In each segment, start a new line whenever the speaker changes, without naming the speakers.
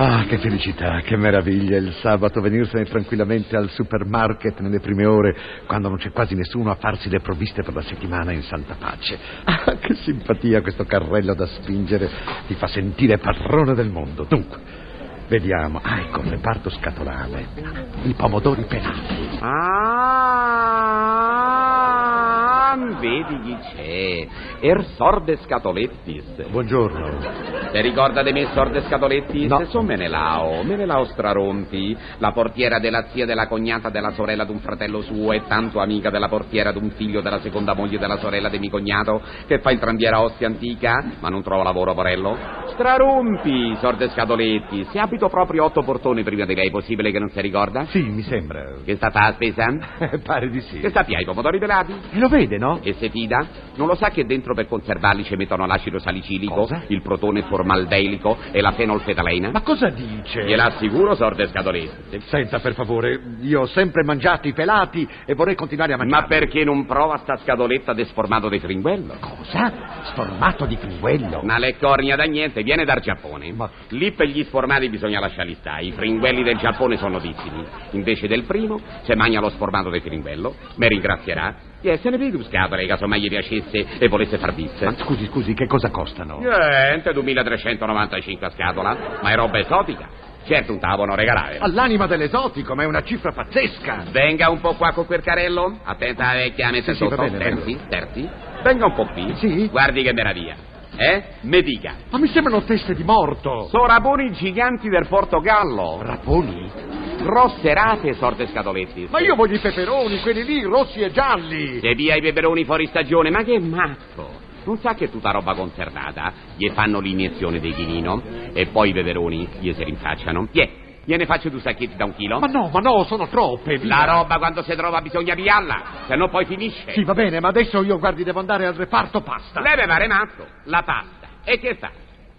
Ah, che felicità, che meraviglia il sabato venirsene tranquillamente al supermarket nelle prime ore, quando non c'è quasi nessuno a farsi le provviste per la settimana in santa pace. Ah, che simpatia questo carrello da spingere, ti fa sentire padrone del mondo. Dunque, vediamo, ah, ecco, il reparto scatolale, i pomodori pelati.
Ah, vedi chi c'è. Er sorde scatolettis.
Buongiorno.
Te ricorda di me sorde scatolettis?
No.
Sono Menelao, Menelao Straronti, la portiera della zia della cognata della sorella d'un fratello suo e tanto amica della portiera d'un figlio della seconda moglie della sorella di mio cognato che fa il trambiera a Ostia Antica, ma non trova lavoro, porello. Strarompi, sorde scatolettis, se abito proprio otto portoni prima di lei, possibile che non si ricorda?
Sì, mi sembra.
Che sta a fare la spesa?
Eh, pare di sì. Eh,
Che sta a piai i pomodori pelati?
E lo vede, no?
E se fida? Non lo sa che dentro per conservarli ci mettono l'acido salicilico,
Cosa?
il protone formaldeico e la fenolfetaleina?
Ma cosa dice?
Gliela assicuro, sorte scatolese.
Senta, per favore, io ho sempre mangiato i pelati e vorrei continuare a mangiare.
Ma perché non prova sta scatoletta desformato di fringuello?
Cosa? Sformato di pinguello?
Una leccornia da niente, viene dal Giappone.
Ma-
Lì per gli sformati bisogna lasciarli stare. I fringuelli del Giappone sono vizimi. Invece del primo, se mangia lo sformato di fringuello, me ringrazierà di essere più scatole, casomai gli piacesse e volesse far bizze.
Ma scusi, scusi, che cosa costano?
Niente, 2395 a scatola, ma è roba esotica. Certo, un tavolo regalare.
All'anima dell'esotico, ma è una cifra pazzesca!
Venga un po' qua con quel carello. Attenta alla vecchia, messa
Sì, sì,
sotto.
va bene,
terzi, terzi. Venga un po' qui.
Sì.
Guardi che meraviglia. Eh? Mi dica.
Ma mi sembrano teste di morto!
Soraboni giganti del Portogallo.
Raponi?
Grosse rate, sorte scatoletti.
Ma io voglio i peperoni, quelli lì, rossi e gialli!
Se via i peperoni fuori stagione, ma che matto! Non sa che è tutta roba conservata? Gli fanno l'iniezione dei chinino e poi i peperoni gli si rinfacciano. Tiè, gliene faccio due sacchetti da un chilo.
Ma no, ma no, sono troppe! via.
La roba quando si trova bisogna piarla, se no poi finisce.
Sì, va bene, ma adesso io, guardi, devo andare al reparto pasta!
Lei mi pare matto, la pasta. E che fa?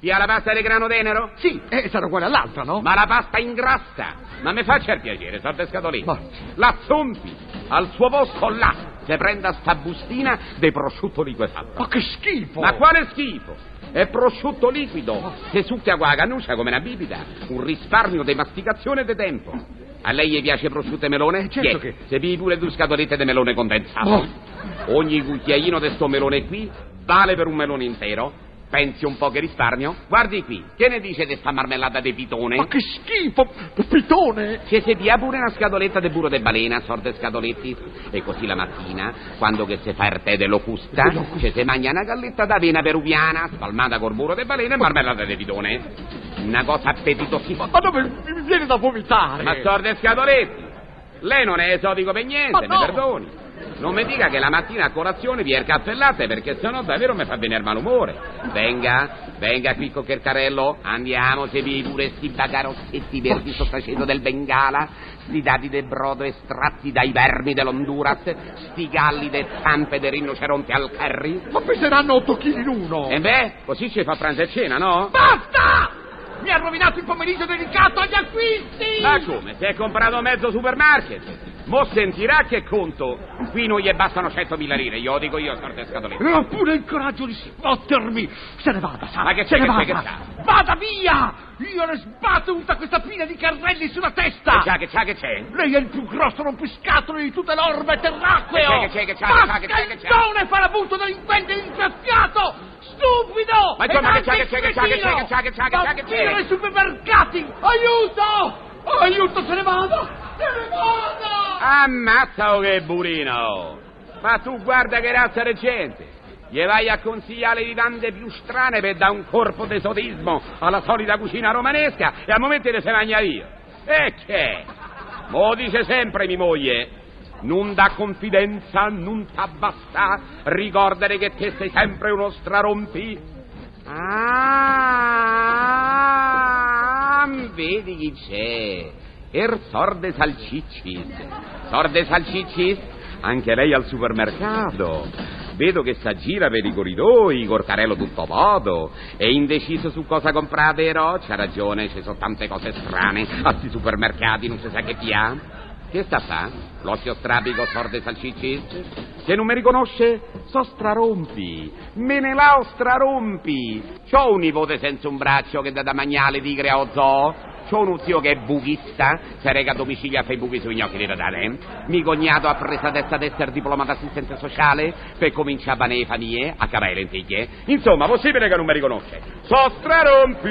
Pia la pasta di grano tenero?
Sì, eh, sarà uguale all'altra, no?
Ma la pasta ingrassa! Ma mi faccia il piacere, sorte scatolina.
Ma-
La zompi, al suo posto là, se prenda sta bustina dei prosciutto liquefatto.
Ma che schifo!
Ma quale schifo! È prosciutto liquido, se succhia qua la cannuccia come una bibita, un risparmio di masticazione e di tempo. A lei gli piace prosciutto e melone?
certo
Tiè,
che-
Se vi pure due scatolette di melone condensato.
Oh.
Ogni cucchiaino di sto melone qui vale per un melone intero. Pensi un po' che risparmio? Guardi qui, che ne dice di sta marmellata di pitone?
Ma che schifo! Pitone!
Che se dia pure una scatoletta di burro de balena, sorte scatoletti, e così la mattina, quando che se fa il tè de locusta, che se mangia una galletta d'avena peruviana, spalmata col burro de balena e marmellata de pitone. Una cosa appetitosissima.
Ma dove mi viene da vomitare?
Ma sorte scatoletti, lei non è esotico per niente,
Ma
mi
no!
perdoni. Non mi dica che la mattina a colazione vi è il caffè e latte, perché sennò davvero mi fa venire malumore. Venga, venga qui con Chercarello, andiamo, se vi pure sti bagarotti verdi sottacendo del Bengala, sti dadi de brodo estratti dai vermi dell'Honduras, sti galli de zampe de rinoceronte al curry.
Ma peseranno 8 kg in uno!
E beh, così ci fa pranzo e cena, no?
Basta! Mi ha rovinato il pomeriggio dedicato agli acquisti!
Ma come? Si è comprato mezzo supermarket. Mo sentirà che conto. Qui non gli bastano 100.000 lire, io dico io, sorte scatoletta.
E ho pure il coraggio di sbattermi! Se ne vada, sa!
Ma che
se
c'è,
ne
che c'è,
vada!
che
Vada via! Io le sbatto tutta questa pina di carrelli sulla testa!
Che c'ha, che c'ha, che c'è?
Lei è il più grosso rompiscatole di tutte le orme terracqueo!
Che c'è, che c'è, che c'è,
Basca
che c'è, che c'è, che c'è?
il farabutto delinquente disgraziato! Stupido!
Ma insomma,
Ed
che c'è,
anche
che c'è, che c'è, che c'è, che c'è, che c'è, che c'è, che c'è?
Vampiro ai supermercati! Aiuto! Aiuto, se ne vada! Se ne vada!
Ammazza oh, che burino! Ma tu guarda che razza di gente! Gli vai a consigliare le vivande più strane per dare un corpo d'esotismo alla solita cucina romanesca e al momento le se mangia io. E che? Mo dice sempre mi moglie, non da confidenza, non t'abbassa, ricordare che te sei sempre uno strarompi. Ah, vedi chi c'è. Er sorde salciccis. Sorde salciccis? Anche lei al supermercato. Vedo che s'aggira per i corridoi, corcarello tutto modo. È indeciso su cosa comprare, però c'ha ragione, ci sono tante cose strane. A sti supermercati non si sa che chi ha. Che sta a fa? L'occhio strabico sorde salsiccis? Se non mi riconosce, so strarompi. Me ne lao strarompi. C'ho un nipote senza un braccio che dà da magnale tigre o zoo. C'ho un zio che è buchista, se rega a domicilio e fa i buchi sui gnocchi di Natale. Mi cognato ha preso testa ad essere diploma d'assistenza sociale per cominciare a pane le famiglie, a cavare le lenticchie. Insomma, possibile che non mi riconosce. So strarompi!